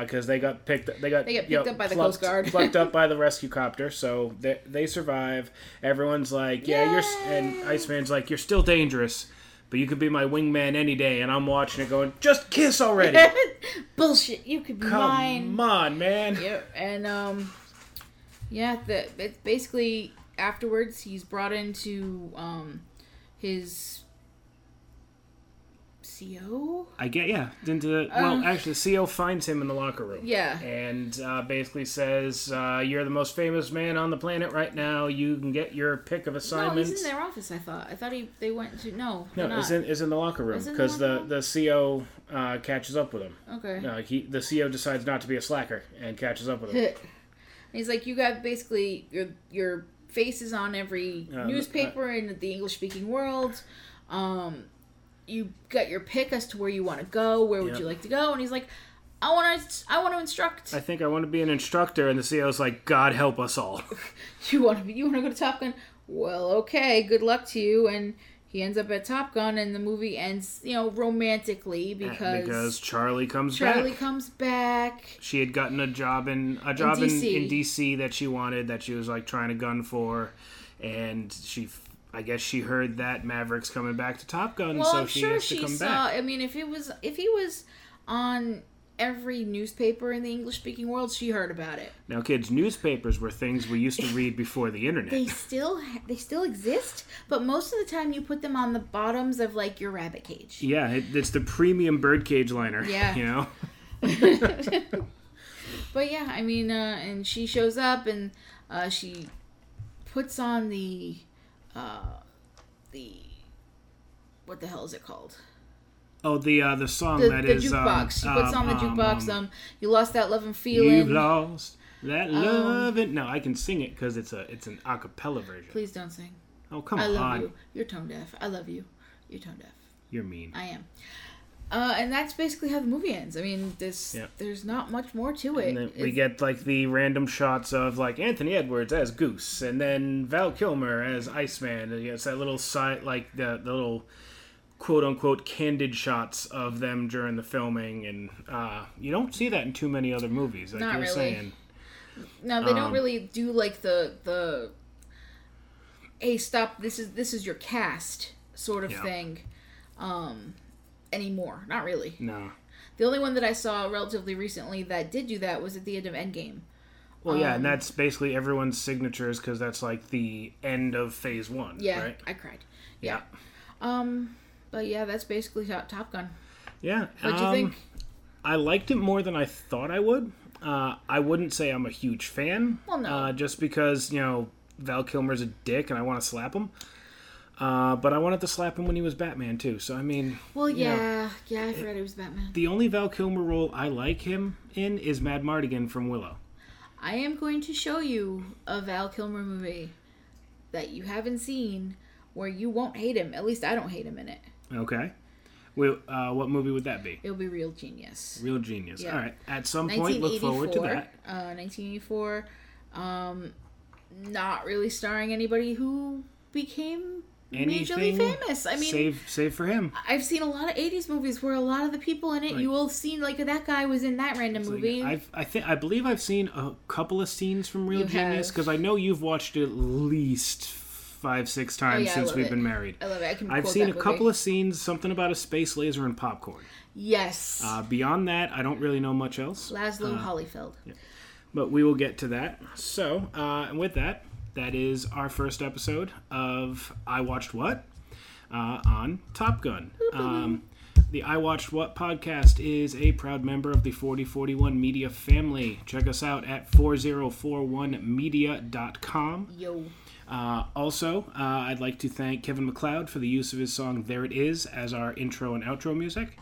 A: because they got picked. They got
B: Mm-hmm. They get
A: you know,
B: picked up by the
A: plucked-
B: Coast Guard.
A: plucked up
B: (laughs)
A: by the rescue copter, so they they survive. Everyone's like, "Yeah, you're," s- and Iceman's like, "You're still dangerous, but you could be my wingman any day." And I'm watching it, going, "Just kiss already!
B: (laughs) Bullshit! You could be
A: Come
B: mine.
A: on, man!"
B: Yep, and um, yeah, the it's basically afterwards he's brought into um his E CO.
A: I get yeah. Into the, well, actually, the CO finds him in the locker room.
B: Um, Yeah.
A: and uh, basically says, uh, "You're the most famous man on the planet right now. You can get your pick of
B: No,
A: assignments."
B: he's in their office. I thought. I thought he they went to no.
A: No,
B: they're not.
A: it's in it's in the locker room
B: It's in the
A: because the
B: locker
A: the CO uh, catches up with him.
B: okay.
A: Uh, he the CO decides not to be a slacker and catches up with
B: (laughs)
A: him.
B: And he's like, you got basically your your face is on every
A: Uh,
B: newspaper in the English speaking world. Um, you got your pick as to where you want to go. Where would
A: Yeah.
B: you like to go? And he's like, I want to I want to instruct.
A: I think I want to be an instructor, and the CO's like, "God help us all."
B: (laughs) you want to you want to go to Top Gun? Well, okay, good luck to you. And he ends up at Top Gun, and the movie ends, you know, romantically because,
A: because Charlie comes
B: Charlie
A: back.
B: comes back.
A: She had gotten a job in a job in,
B: DC.
A: in DC that she wanted that she was like trying to gun for, and she, f- I guess she heard that Maverick's coming back to Top Gun,
B: Well,
A: so
B: I'm
A: she
B: sure
A: has to
B: she
A: come
B: saw.
A: back.
B: I mean, if it was if he was on every newspaper in the English speaking world, she heard about it.
A: Now, kids, newspapers were things we used to read before the
B: They
A: internet.
B: still ha- they still exist, but most of the time you put them on the bottoms of like your rabbit cage.
A: yeah, it, it's the premium birdcage liner.
B: Yeah.
A: you know.
B: But yeah, I mean, uh, and she shows up and uh, she puts on the uh, the what the hell is it called?
A: Oh, the uh, the song
B: The,
A: that
B: the
A: is um,
B: jukebox. she
A: um,
B: puts on Um, the
A: um,
B: jukebox. Um, you lost that love and feeling.
A: You've lost that love, and no, I can sing it because it's a it's an a cappella version.
B: Please don't sing.
A: Oh, come
B: I love
A: on,
B: you. You're tone deaf. I love you. You're tone deaf.
A: you're mean.
B: I am. Uh, and that's basically how the movie ends. I mean, this
A: Yeah.
B: there's not much more to it.
A: And then we
B: It's-
A: get like the random shots of like Anthony Edwards as Goose, and then Val Kilmer as Iceman. And it's that little side, like the, the little quote unquote candid shots of them during the filming, and uh, you don't see that in too many other movies. Like
B: Not
A: you're
B: really.
A: saying,
B: no, they
A: um,
B: don't really do like the the hey stop this is this is your cast sort of
A: Yeah.
B: thing um anymore. Not really.
A: no.
B: The only one that I saw relatively recently that did do that was at the end of Endgame.
A: Well, yeah,
B: Um,
A: and that's basically everyone's signatures because that's like the end of Phase One.
B: Yeah,
A: Right?
B: I cried.
A: Yeah.
B: Um, but yeah, that's basically Top Top Gun.
A: Yeah.
B: What'd you
A: um,
B: think?
A: I liked it more than I thought I would. Uh, I wouldn't say I'm a huge fan.
B: Well, no.
A: Uh, just because, you know, Val Kilmer's a dick and I want to slap him. Uh, but I wanted to slap him when he was Batman, too. So, I mean,
B: Well,
A: Yeah.
B: yeah, yeah, I forgot it was Batman.
A: the only Val Kilmer role I like him in is Mad Mardigan from Willow.
B: I am going to show you a Val Kilmer movie that you haven't seen where you won't hate him. At least I don't hate him in it.
A: Okay. Well, uh, what movie would that be?
B: It'll be Real Genius.
A: Real genius.
B: Yeah.
A: All right. At some point, look forward to that.
B: Uh, 1984. Um, not really starring anybody who became majorly famous. I mean,
A: save save for him.
B: I've seen a lot of 80s movies where a lot of the people in it, you will see, like, that guy was in that random movie.
A: I've, I think I believe I've seen a couple of scenes from Real
B: You
A: Genius
B: have.
A: because I know you've watched it at least five six times
B: Oh, yeah, I
A: since
B: love
A: we've
B: it.
A: been married.
B: I love it. I can
A: I've
B: quote
A: seen
B: that
A: a
B: movie.
A: couple of scenes, something about a space laser and popcorn.
B: Yes.
A: Uh, beyond that, I don't really know much else,
B: Laszlo Hollyfield.
A: but we will get to that. So, uh, and with that, that is our first episode of I Watched What uh, on Top Gun. Um, the I Watched What podcast is a proud member of the 4041 Media family. Check us out at 4041media.com.
B: Yo.
A: Uh, also, uh, I'd like to thank Kevin McLeod for the use of his song "There It Is" as our intro and outro music.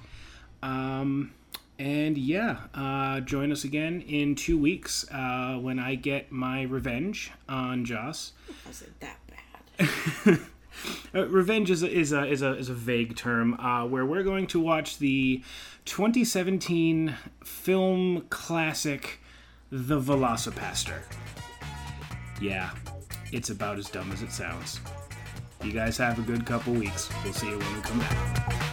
A: Um, and yeah, uh, join us again in two weeks uh, when I get my revenge on Joss.
B: Was it that bad?
A: Uh, revenge is a, is a is a is a vague term uh, where we're going to watch the 2017 film classic, The Velocipaster. Yeah, it's about as dumb as it sounds. You guys have a good couple weeks. We'll see you when we come back.